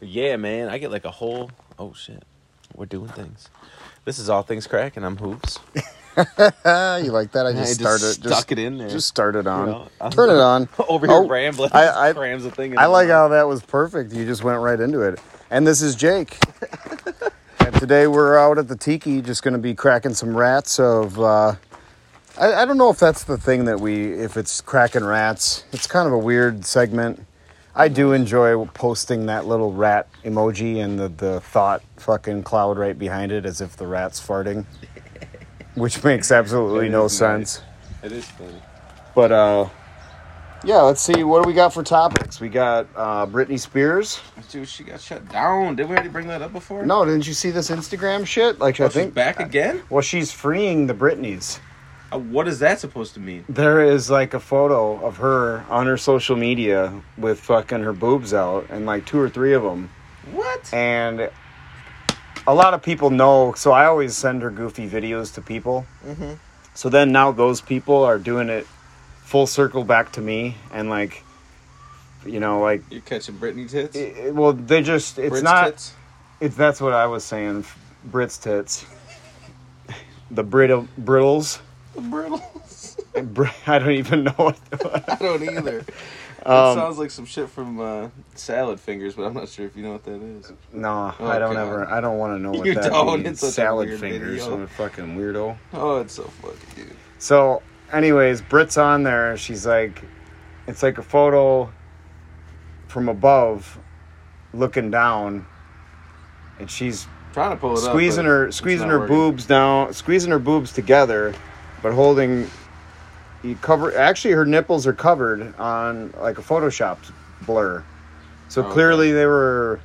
Yeah, man. I get like a whole. Oh shit, we're doing things. This is all things crack, and I'm hoops. you like that? I Yeah, just I just started. stuck it in there. Just started on. know, I'm- Turn it on. Over here Oh, rambling. I, I, crams a thing. in I his like mouth. how that was perfect. You just went right into it. And this is Jake. and today we're out at the tiki, just going to be cracking some rats of. Uh, I, I don't know if that's the thing that we, if it's cracking rats. It's kind of a weird segment. I do enjoy posting that little rat emoji and the, the thought fucking cloud right behind it as if the rat's farting, which makes absolutely That no is nice. sense. It is funny. But uh, yeah, let's see. What do we got for topics? We got uh, Britney Spears. Dude, she got shut down. Did we already bring that up before? No, didn't you see this Instagram shit? Like Oh, I she's think. back again. Well, she's freeing the Britneys. Uh, what is that supposed to mean? There is like a photo of her on her social media with fucking her boobs out and like two or three of them. What? And a lot of people know, so I always send her goofy videos to people. Mhm. So then now those people are doing it full circle back to me and like, you know, like You're catching Britney tits. It- it- well, they just it's Brit's not tits? it's that's what I was saying. f- Brit's tits, the brittle brittles. The brittles. Br- I don't even know what. The, I don't either. It Um, sounds like some shit from uh, Salad Fingers, but I'm not sure if you know what that is. no, Oh, I don't God. ever. I don't want to know what You that don't, means. it's such a Salad weird fingers. video. I'm a fucking weirdo. Oh, it's so funny, dude. So, anyways, Brit's on there. She's like, it's like a photo from above, looking down, and she's trying to pull it up. squeezing but her it's squeezing not her working. boobs down squeezing her boobs together but holding you cover actually her nipples are covered on like a photoshop blur so Oh, okay. clearly they were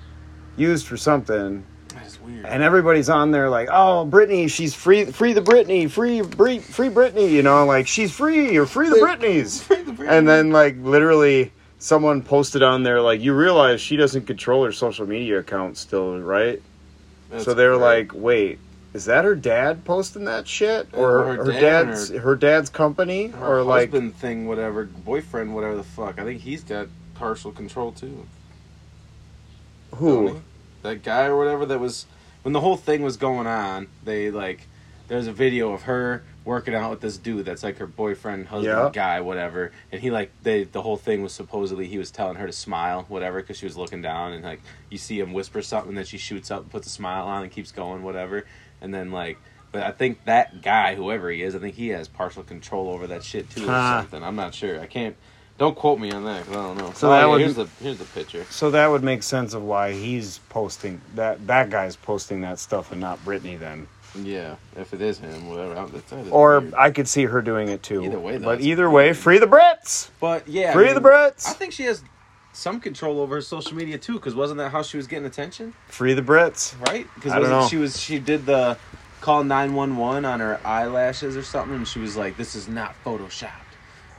used for something That is weird. and everybody's on there like oh Britney she's free free the Britney free free free Britney you know like she's free or free the Free- Britneys Free the Britney. and then like literally someone posted on there like you realize she doesn't control her social media account still right That's so they're great. like, "Wait, is that her dad posting that shit, or Or her her, dad and dad's her- her, dad's company, her or like?" husband thing, whatever, boyfriend, whatever the fuck. I think he's got partial control too. Who? That guy or whatever that was when the whole thing was going on. They like there's a video of her working out with this dude that's like her boyfriend, husband, Yeah. guy, whatever. And he like they the whole thing was supposedly he was telling her to smile, whatever, because she was looking down and like you see him whisper something, then she shoots up, puts a smile on, and keeps going, whatever. And then like. But I think that guy, whoever he is, I think he has partial control over that shit too, or Ah. something. I'm not sure. I can't. Don't quote me on that 'cause I don't know. So Oh, that yeah, would- here's the here's the picture. So that would make sense of why he's posting that. That guy's posting that stuff and not Britney then. Yeah, if it is him, whatever. I- That, that is Or weird. I could see her doing it too. Either way, though, but it's either way, free the Brits. but yeah, I free mean, the Brits. I think she has some control over her social media too, because wasn't that how she was getting attention, free the Brits. right? Because I don't know. she was she did the call nine one one on her eyelashes or something, and she was like, "This is not photoshopped."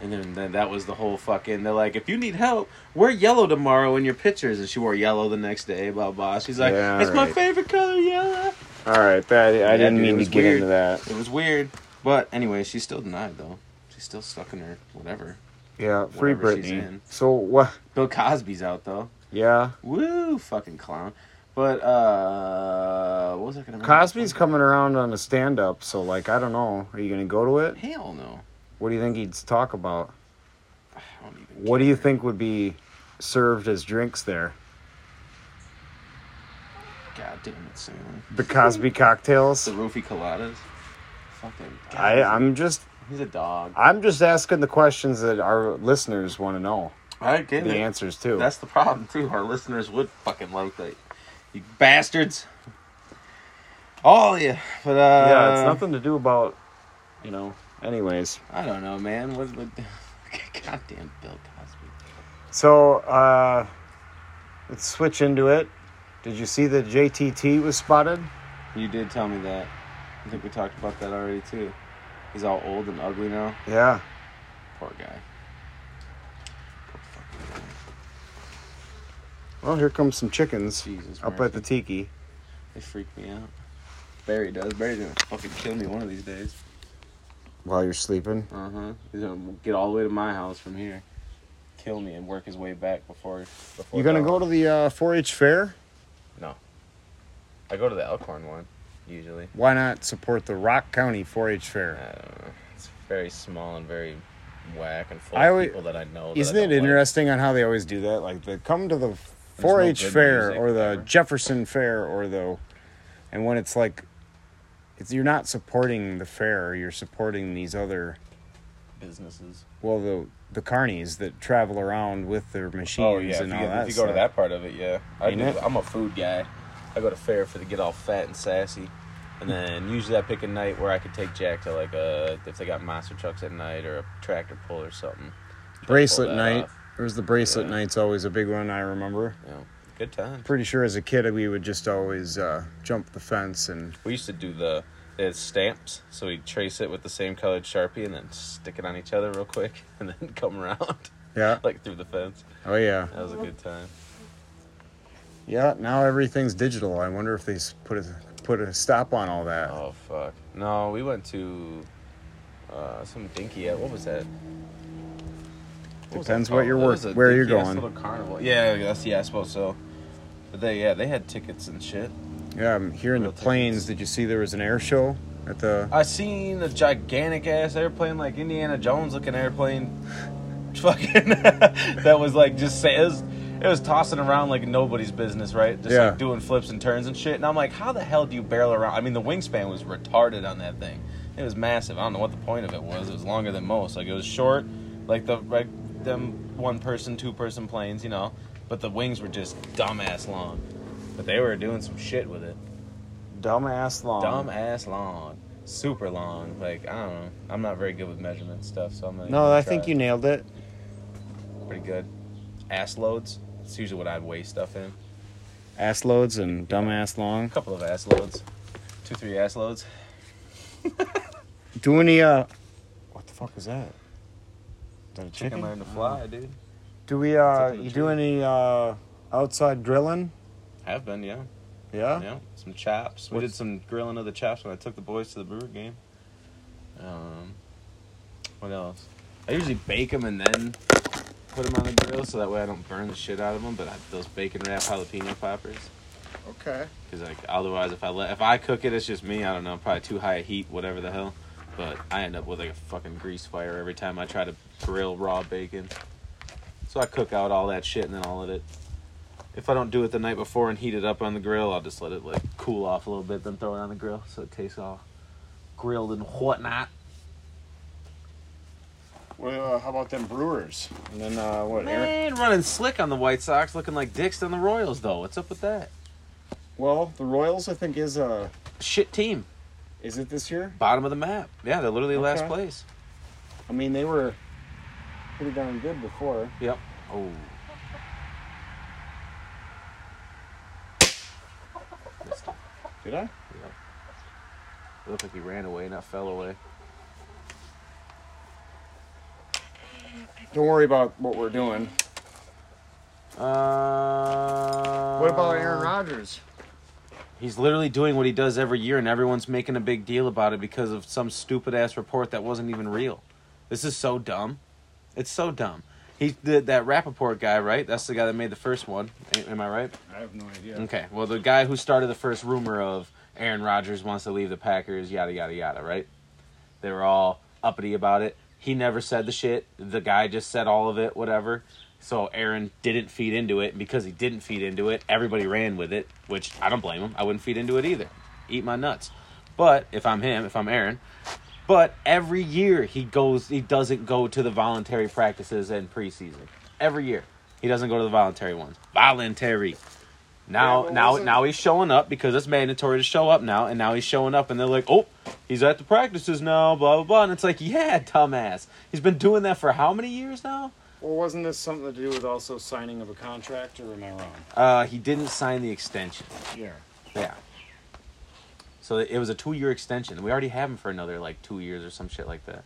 And then, then that was the whole fucking. They're like, if you need help, wear yellow tomorrow in your pictures. And she wore yellow the next day, blah blah. She's like, Yeah, it's my right. favorite color, yellow. All right, that, I didn't dude, it mean to was get weird. into that. It was weird, but anyway, she's still denied though. She's still stuck in her whatever. Yeah, free Whatever she's Britney. in. So what? Bill Cosby's out though. Yeah, Woo, fucking clown. But uh, what was I gonna? Um, bring up? Cosby's coming around on a stand-up. So like, I don't know. Are you gonna go to it? Hell no. What do you think he'd talk about? I don't even. What do you care. think would be served as drinks there? God damn it, Sam. The Cosby It's the cocktails? roofie coladas. Fucking. God, I, I'm just He's a dog. I'm just asking the questions that our listeners want to know. I get The it. answers too. That's the problem too. Our listeners would fucking like that. You bastards. All of you. But uh, yeah, it's nothing to do about you know. Anyways, I don't know, man. What? what goddamn Bill Cosby. so uh, let's switch into it. Did you see that JTT was spotted? You did tell me that. I think we talked about that already too. He's all old and ugly now. Yeah. Poor guy. Well, here comes some chickens Jesus. up mercy. at the tiki. They freak me out. Barry does. Barry's gonna fucking kill me one of these days. While you're sleeping, Uh huh. He's gonna get all the way to my house from here, kill me, and work his way back before. before you gonna go to the uh, 4-H fair? I go to the Elkhorn one usually. Why not support the Rock County 4-H I Fair? don't know. It's very small and very whack and full I of always- people that I know. that I Isn't don't it like. interesting on how they always do that? Like they come to the no 4-H good Fair music or the ever. Jefferson Fair or the, and when it's like, it's you're not supporting the fair, you're supporting these other Businesses. well the the carnies that travel around with their machines Oh yeah, if you, and get- all that. if you go to stuff. that part of it, yeah. I Ain't do, it? I'm a food guy. I go to fair for the get all fat and sassy, and then usually I pick a night where I could take Jack to like a if they got monster trucks at night or a tractor pull or something. bracelet pull that night. off. There was the bracelet Yeah. night's always a big one I remember. You know, good time. Pretty sure as a kid we would just always uh, jump the fence and We used to do the they had stamps, so we'd trace it with the same colored sharpie and then stick it on each other real quick, and then come around yeah. like through the fence. Oh yeah. That was a good time. Yeah, now everything's digital. I wonder if they s- put a put a stop on all that. Oh fuck! No, we went to uh, some dinky. At, what was that? What was Depends that what called? you're That work- was a where you're dinky-ass going. Little carnival. Yeah, that's yeah. I suppose so. But they yeah they had tickets and shit. Yeah, I'm here in the Real tickets. plains. Did you see there was an air show at the? I seen a gigantic ass airplane, like Indiana Jones looking airplane. Fucking that was like just say it was, it was tossing around like nobody's business, right? Just Yeah. like doing flips and turns and shit. And I'm like, how the hell do you barrel around? I mean, the wingspan was retarded on that thing. It was massive. I don't know what the point of it was. It was longer than most. Like it was short, like the like them one person, two person planes, you know. But the wings were just dumbass long. But they were doing some shit with it Dumbass long. dumb ass long, super long. Like I don't know. I'm not very good with measurement stuff, so I'm gonna. No, give it a I think try. you nailed it. pretty good. Ass loads. It's usually what I'd weigh stuff in. Ass loads and dumbass A long. couple of ass loads, two three ass loads. Do any uh? What the fuck is that? Is that a Chicken chicken? learn to fly, dude. Do we uh? It's up in the You do any uh? Outside grilling? Have been, yeah, Yeah. yeah. Some chops. We What's- did some grilling of the chops when I took the boys to the Brewer game. Um, what else? I usually bake them and then put them on the grill, so that way I don't burn the shit out of them. But I, those bacon wrap jalapeno poppers. Okay. Because like otherwise, if I let if I cook it, it's just me. I don't know, probably too high a heat, whatever the hell. But I end up with like a fucking grease fire every time I try to grill raw bacon. So I cook out all that shit and then I'll let it. If I don't do it the night before and heat it up on the grill, I'll just let it like cool off a little bit, then throw it on the grill so it tastes all grilled and whatnot. Well, uh, how about them Brewers? And then uh, what? Aaron- Man, running slick on the White Sox, looking like dicks on the Royals though. What's up with that? Well, the Royals, I think, is uh, Shit team, is it this year? bottom of the map. Yeah, they're literally last Okay. place. I mean, they were pretty darn good before. Yep. Oh. Missed it. Did I? It looked like he ran away, not fell away. Don't worry about what we're doing. Uh, Rodgers? He's literally doing what he does every year, and everyone's making a big deal about it because of some stupid ass report that wasn't even real. This is so dumb. It's so dumb. He the, that Rappaport guy, right? That's the guy that made the first one. A- Am I right? I have no idea. Okay. Well, the guy who started the first rumor of Aaron Rodgers wants to leave the Packers, yada yada yada, right? They were all uppity about it. He never said the shit. The guy just said all of it, whatever. So Aaron didn't feed into it, and because he didn't feed into it, everybody ran with it, which I don't blame him. I wouldn't feed into it either. Eat my nuts. But if I'm him, if I'm Aaron, but every year he goes, he doesn't go to the voluntary practices and preseason. Every year he doesn't go to the voluntary ones. Voluntary. Now, Yeah, but now, wasn't- now he's showing up because it's mandatory to show up now, and now he's showing up, and they're like, "Oh, he's at the practices now," blah blah blah, and it's like, "Yeah, dumbass, he's been doing that for how many years now?" Well, wasn't this something to do with also signing of a contract, or am I wrong? Uh, he didn't sign the extension. Yeah. Yeah. So it was a two-year extension. We already have him for another like two years or some shit like that.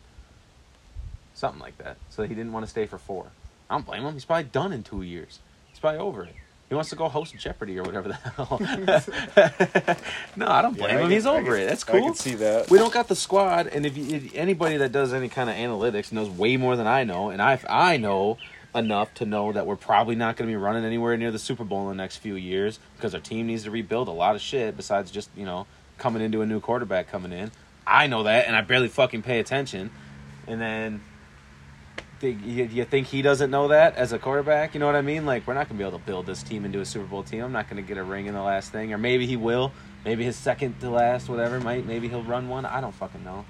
Something like that. So he didn't want to stay for four. I don't blame him. He's probably done in two years. He's probably over it. He wants to go host Jeopardy or whatever the hell. no, I don't blame him. He's over it. That's cool. I can see that. We don't got the squad, and if, you, if anybody that does any kind of analytics knows way more than I know, and I I know enough to know that we're probably not going to be running anywhere near the Super Bowl in the next few years because our team needs to rebuild a lot of shit besides just, you know, coming into a new quarterback coming in. I know that, and I barely fucking pay attention. And then think you, you think he doesn't know that as a quarterback? You know what I mean? Like we're not gonna be able to build this team into a Super Bowl team. I'm not gonna get a ring in the last thing, or maybe he will. Maybe his second to last, whatever. Might maybe he'll run one. I don't fucking know.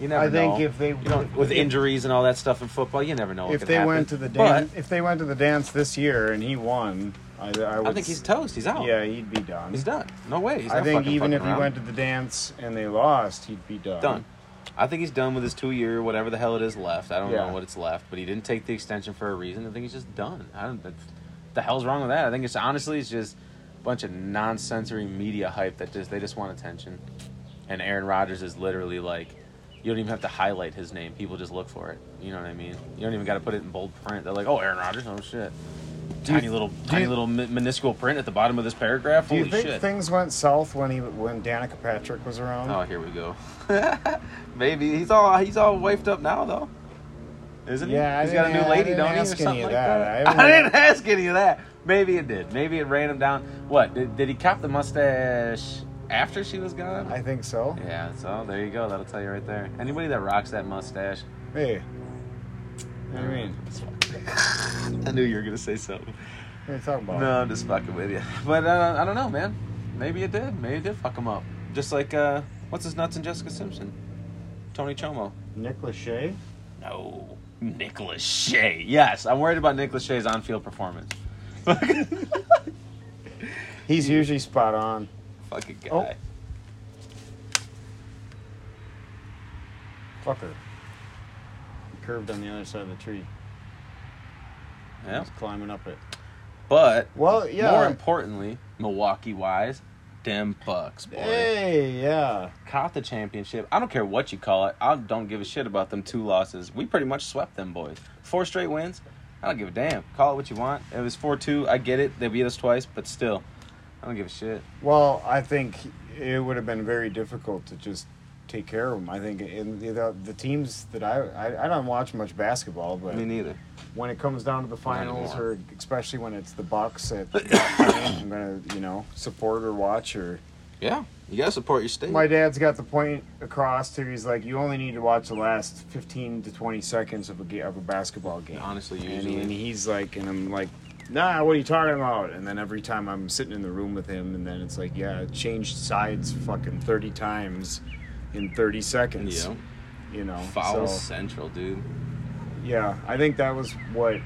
You never. I think know. if they- You don't- with injuries and all that stuff in football, you never know. what if can they happen. went to the But dance, if they went to the dance this year and he won, I, I would. I think he's s- toast. He's out. Yeah, he'd be done. he's done. No way. He's I not think fucking even fucking if he around. went to the dance and they lost, he'd be done. done. I think he's done with his two year, whatever the hell it is left. I don't Yeah. know what it's left, but he didn't take the extension for a reason. I think he's just done. I don't. That, the hell's wrong with that? I think it's honestly it's just a bunch of nonsensory media hype that just they just want attention. And Aaron Rodgers is literally like, you don't even have to highlight his name. People just look for it. You know what I mean? You don't even got to put it in bold print. They're like, oh, Aaron Rodgers. Oh shit. Tiny little, tiny you- little mi- minuscule print at the bottom of this paragraph. Do you Holy think shit. things went south when he when Danica Patrick was around? Oh, here we go. Maybe he's all he's all wifed up now though, isn't Yeah, I he? He's got a didn't- new I lady, didn't don't he, or ask any something of like that. that? I I, haven't- didn't ask any of that. Maybe it did. Maybe it ran him down. What did, did he cop the mustache after she was gone? I think so. yeah. So there you go. That'll tell you right there. Anybody that rocks that mustache, Hey, what do you mean? it's fucked. I knew you were gonna say something. What are you talking about? No, I'm just fucking with you. But uh, I don't know, man. Maybe it did. Maybe it did fuck him up. Just like uh, what's his nuts and Jessica Simpson, Tony Chomo. Nick Lachey. No. Nicholas Shea. Yes, I'm worried about Nicholas Shea's on field performance. Fucking He's usually spot on. guy. Oh. Fucker. Curved on the other side of the tree. Yeah. He's climbing up it. But Well, yeah. more importantly, Milwaukee wise, them Bucks, boy. Eh. hey, yeah. Caught the championship. I don't care what you call it. I don't give a shit about them two losses. We pretty much swept them boys. Four straight wins. I don't give a damn. Call it what you want. It was 4 2. I get it. They beat us twice, but still, I don't give a shit. Well, I think it would have been very difficult to just take care of him. I think in the, the teams that I, I I don't watch much basketball, but Me neither. when it comes down to the finals, anymore. or especially when it's the Bucks, that I'm gonna you know support or watch or. Yeah. You got to support your state. My dad's got the point across to. He's like, you only need to watch the last fifteen to twenty seconds of a ga- of a basketball game. Honestly, And- usually. And, he's like, and I'm like, nah, what are you talking about? And then every time I'm sitting in the room with him, and then it's like, yeah, it changed sides fucking thirty times in thirty seconds. Yeah. You know. Foul So central, dude. yeah, I think that was what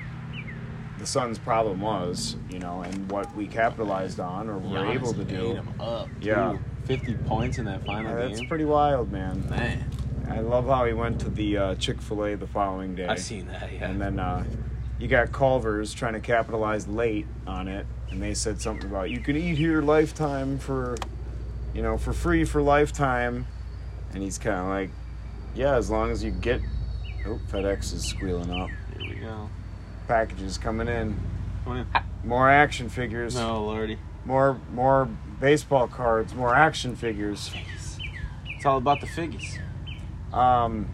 the Suns' problem was, you know, and what we capitalized on or were Giannis able to ate do. 'em up. Yeah. too. fifty points in that final Yeah, that's game. pretty wild, man. Man, I love how he went to the uh, Chick Fil A the following day, I seen that. Yeah, and then uh, you got Culver's trying to capitalize late on it, and they said something about you can eat here lifetime for, you know, for free for lifetime, and he's kind of like, yeah, as long as you get. Oh, FedEx is squealing up. here we go. Packages coming in. Come on in. More action figures. No, lordy. More more baseball cards. More action figures. It's all about the figgies. Um.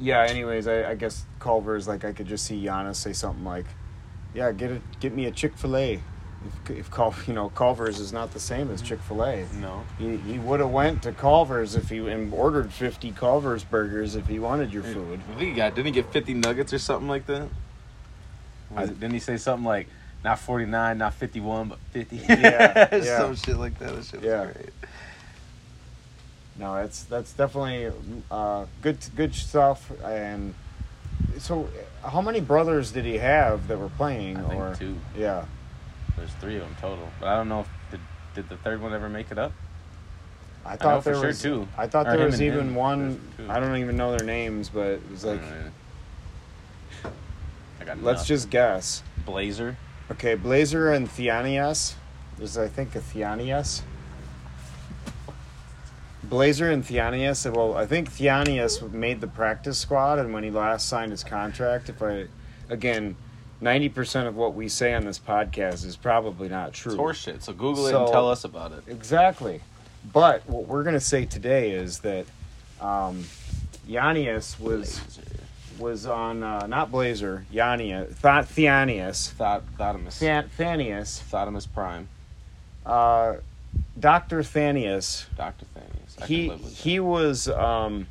Yeah. Anyways, I, I guess Culver's like I could just see Giannis say something like, "Yeah, get it, get me a Chick Fil A." If, if Cul, you know, Culver's is not the same as Chick Fil A. No. He, he would have went to Culver's if he and ordered fifty Culver's burgers if he wanted Mm. your food. I think he got didn't he get fifty nuggets or something like that? Was it- didn't he say something like not forty nine, not fifty one, but fifty? Yeah, yeah. some shit like that. That shit was Yeah. great. No, that's that's definitely uh, good good stuff. And so, how many brothers did he have that were playing? I think or two. yeah, There's three of them total, but I don't know if did, did the third one ever make it up. I I thought know for there sure was two. I thought Or there him was and even him. one. There's two. I don't even know their names, but it was like, I got let's nothing. just guess. blazer. Okay, Blazer and Theanias. There's I think a Theanias. Blazer and Theanias. Well, I think Theanias made the practice squad, and when he last signed his contract, if I, again, ninety percent of what we say on this podcast is probably not true. It's horseshit. So Google it So- and tell us about it. Exactly. But what we're going to say today is that um, Yannius was Blazer. was on uh, not Blazer, Yannia, Th- Theanius, Thot- Thotimus. Than- Thanius, Thotimus Prime. uh, Doctor Thanius. Dr. Thanius. I He can live with he was um,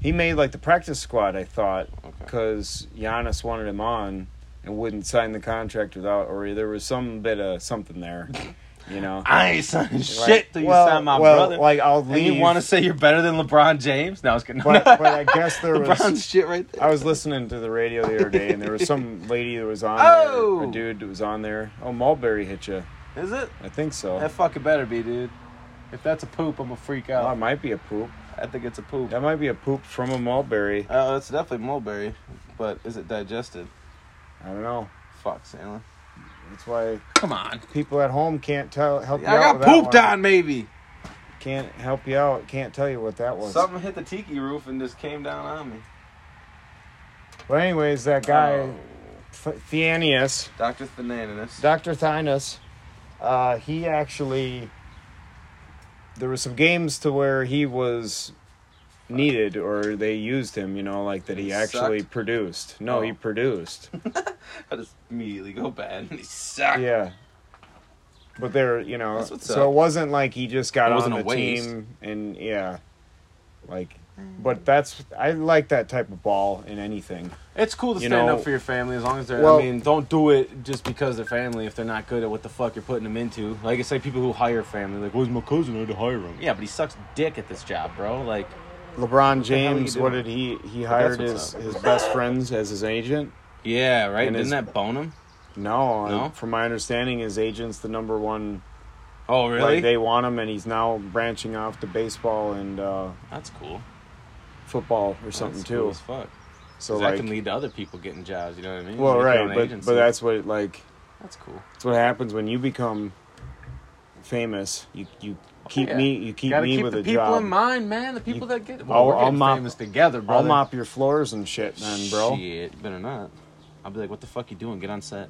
he made like the practice squad, I thought, that. Okay. because Giannis wanted him on and wouldn't sign the contract without, or there was some bit of something there, you know. I ain't signing Like, shit till you well- sign my well, brother. Like I'll and leave. you want to say you're better than LeBron James? No, I was kidding. but, but I guess there was LeBron's shit right there. I was listening to the radio the other day, and there was some lady that was on Oh! there, a dude that was on there. Oh, Mulberry hit you. Is it? I think so. That fucking better be, dude. If that's a poop, I'm a freak Oh, it out. might be a poop. I think it's a poop. That might be a poop from a Mulberry. Oh, it's definitely mulberry, but is it digested? I don't know. Fuck, Sandlin. That's why Come on. people at home can't tell I help you out. got with that pooped one. on, maybe. Can't help you out. Can't tell you what that was. Something hit the tiki roof and just came down on me. But anyways, that guy Oh. Th- Theanius, Dr. Thananis. Doctor Thinus, uh, he actually there were some games to where he was needed or they used him. You know, like that he, He actually sucked? produced. No, Oh. he produced. I just immediately go bad. He sucked. yeah. But they're you know, That's what's so up. it wasn't like he just got It on wasn't the a waste. team and yeah, like. But that's I like that type of ball in anything. It's cool to You stand know- up for your family as long as they're. Well- I mean, don't do it just because they're family if they're not good at what the fuck you're putting them into. Like it's like people who hire family. Like, where's my cousin? I had to hire him. Yeah, but he sucks dick at this job, bro. Like, LeBron the hell are you James, what doing? did he he hired his, what's up. his best friends as his agent? yeah, right. And Didn't his- that bone him? No, No? and from my understanding, his agent's the number one. Oh, really? Like they want him, and he's now branching off to baseball and uh, That's cool. football or something That's too. cool as fuck. So 'Cause like, that can lead to other people getting jobs. You know what I mean? well, Like your right, own but agency. but that's what it, like that's cool. that's what happens when you become famous. You you keep Oh, yeah. me you keep Gotta me keep with the a people job. in mind, man. The people that get well, I'll- we're I'll getting mop- famous together, bro. I'll mop your floors and shit, then, bro. Shit, better not. I'll be like, what the fuck you doing? Get on set.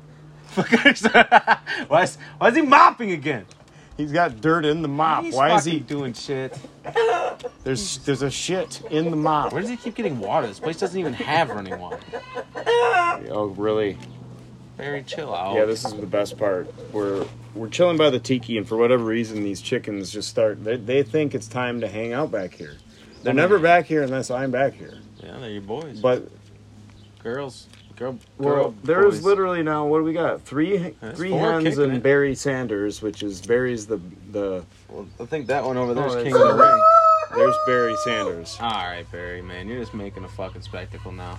why, is, why is he mopping again? He's got dirt in the mop. He's Ah, Why is fucking he? doing shit? There's there's a shit in the mop. Where does he keep getting water? This place doesn't even have running water. Oh really? Very chill out. Yeah, this is the best part. We're we're chilling by the tiki, and for whatever reason, these chickens just start. They, they think it's time to hang out back here. They're never back here unless I'm back here. yeah, they're your boys. But girls, girl, girl well, there's boys. literally now what do we got? Three That's three four hens kicking and it. Barry Sanders, which is Barry's the the. Well, I think that one over there's Oh, king it's- of the ring. There's Barry Sanders. All right, Barry, man, you're just making a fucking spectacle now.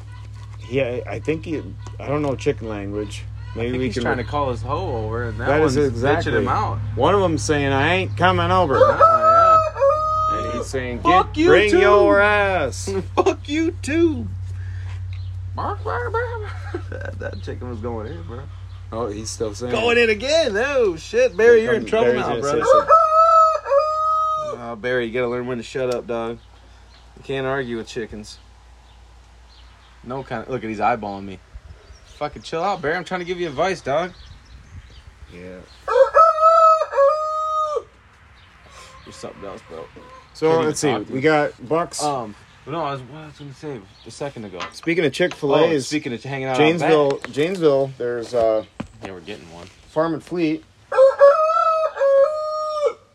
He, I, I think he. I don't know chicken language. Maybe I think we he's can. trying to call his hoe over, and that, That one's is exactly. bitching him out. One of them saying, "I ain't coming over," Oh, and he's saying, Fuck Get, you "Bring too." your ass." yeah. Fuck you too. that, that chicken was going in, bro. Oh, he's still saying. Going in again. Oh shit, Barry, you're in Comes- trouble Barry's now, gonna bro. say something. Uh, Barry, you gotta learn when to shut up, dog. You can't argue with chickens. No kind of. Look at he's eyeballing me. Fucking chill out, Barry. I'm trying to give you advice, dog. Yeah. You're something else, bro. So Can't even let's see. talk to We you. got Bucks. Um, but no, I was what I was gonna say a second ago. Uh, speaking of Chick Fil Oh, A's, speaking of hanging out, out Janesville, Janesville. There's uh, back- yeah, we're getting one. Farm and Fleet.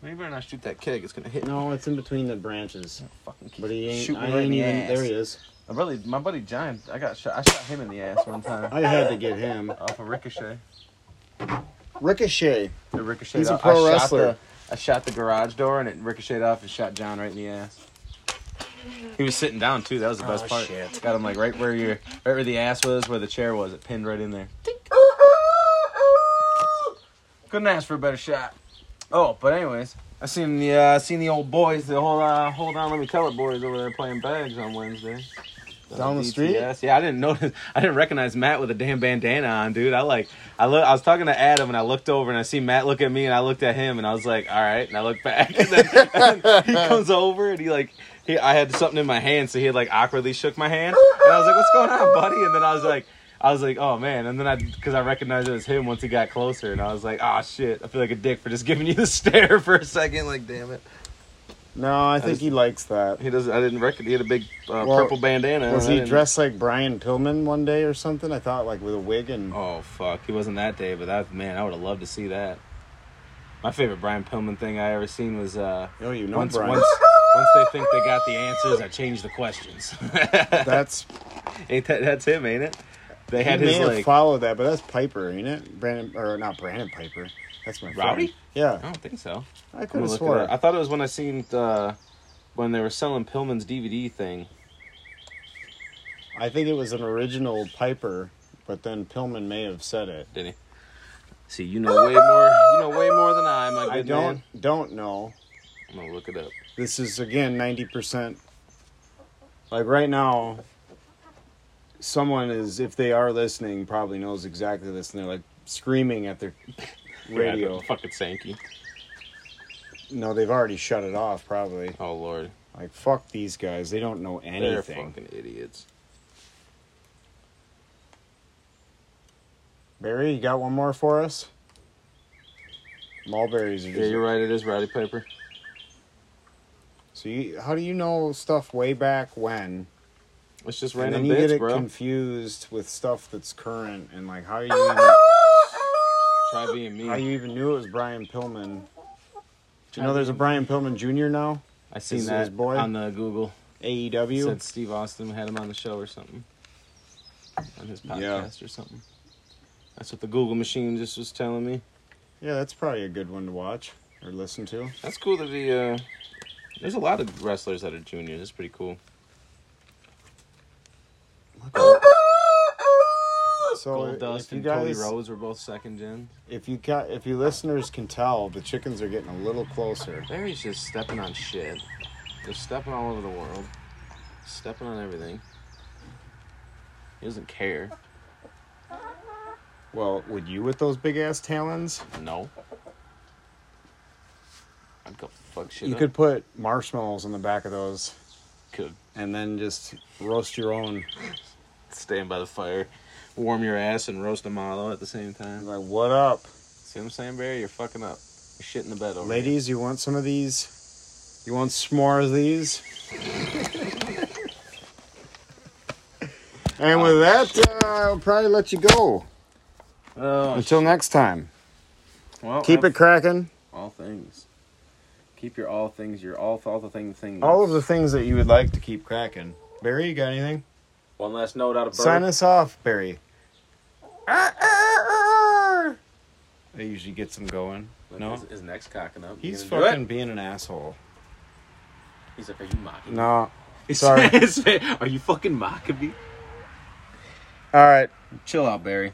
Maybe better not shoot that keg. It's gonna hit. No, it's in between the branches, fucking keg. but he ain't. Shoot me I right in ain't the even. ass. There he is. My buddy, my buddy John, I got shot. I shot him in the ass one time I had to get him. off a ricochet. Ricochet. It ricocheted. He's a off- pro I wrestler. Shot the, I shot the garage door and it ricocheted off and shot John right in the ass. He was sitting down too. That was the best Oh, part. shit. Got him like right where your, right where the ass was, where the chair was. It pinned right in there. Couldn't ask for a better shot. Oh, but anyways, I seen the uh, seen the old boys. The whole uh, hold on, let me tell it, boys over there playing bags on Wednesday. Uh, Down the street? DTS. Yeah, I didn't notice. I didn't recognize Matt with a damn bandana on, dude. I like, I look. I was talking to Adam, and I looked over, and I see Matt look at me, and I looked at him, and I was like, all right. And I looked back, and then, and then he comes over, and he like, he, I had something in my hand, so he had like awkwardly shook my hand, and I was like, what's going on, buddy? And then I was like. I was like, oh man, and then I, because I recognized it was him once he got closer, and I was like, ah shit, I feel like a dick for just giving you the stare for a second, like damn it. No, I think just- he likes that. He doesn't. I didn't reckon he had a big uh, Well, purple bandana. Was and I he didn't- dressed like Brian Pillman one day or something? I thought like with a wig and Oh fuck, he wasn't that day, but that man, I would have loved to see that. My favorite Brian Pillman thing I ever seen was uh, oh, you know once Brian. once once they think they got the answers, I change the questions. That's ain't that that's him, ain't it? They he had may his have like. followed that, but that's Piper, ain't it? Brandon or not Brandon Piper? That's my friend. Rowdy? I Yeah, don't think so. I I'm could gonna look have it swore. up. I thought it was when I seen uh, when they were selling Pillman's DVD thing. I think it was an original Piper, but then Pillman may have said it. Did he? See, you know way more. You know way more than I. My good I don't Man. don't know. I'm gonna look it up. This is again ninety percent. Like right now, someone is if they are listening probably knows exactly this, and they're like screaming at their radio. Yeah, fucking Sankey. No, they've already shut it off probably. Oh lord. Like fuck these guys, they don't know They're anything. fucking idiots. Barry, you got one more for us? Mulberries are just Yeah, you're right. It is Rowdy Piper. so. You, how do you know stuff way back when? It's just And random then you bits, get it bro. confused with stuff that's current and like how you even, Try being me. how you even knew it was Brian Pillman. Do you know there's a Brian Pillman Jr. now? E I seen This is that his boy? on the Google. AEW. Said Steve Austin had him on the show or something. On his podcast Yeah. or something. That's what the Google machine just was telling me. yeah, that's probably a good one to watch or listen to. That's cool that the uh, there's a lot of wrestlers that are juniors. That's pretty cool. So Gold Dust if you and guys, Cody Rhodes were both second gen. if you got, if you listeners can tell, the chickens are getting a little closer. Barry's just stepping on shit. They're stepping all over the world. Stepping on everything. He doesn't care. Well, would you with those big ass talons? No. I'd go fuck shit You up. could put marshmallows on the back of those could and then just roast your own. stand by the fire, warm your ass, and roast a malo at the same time. Like, what up? See what I'm saying, Barry? You're fucking up. You're shitting the bed over here. Ladies, you want some of these? You want some more of these? and with that, uh, I'll probably let you go. Oh, Until next time, well, keep that's it cracking. all things. Keep your all things. Your all all the thing thing. All of the things that you would like to keep cracking. Barry, you got anything? one last note out of Sign bird. us off, Barry. I usually gets him going. Look, No. his, his neck's cocking up. You He's gonna do it? fucking being an asshole. He's like, are you mocking? me?" No. He's Sorry. saying, are you fucking mocking me? All right. Oh, Chill out, Barry.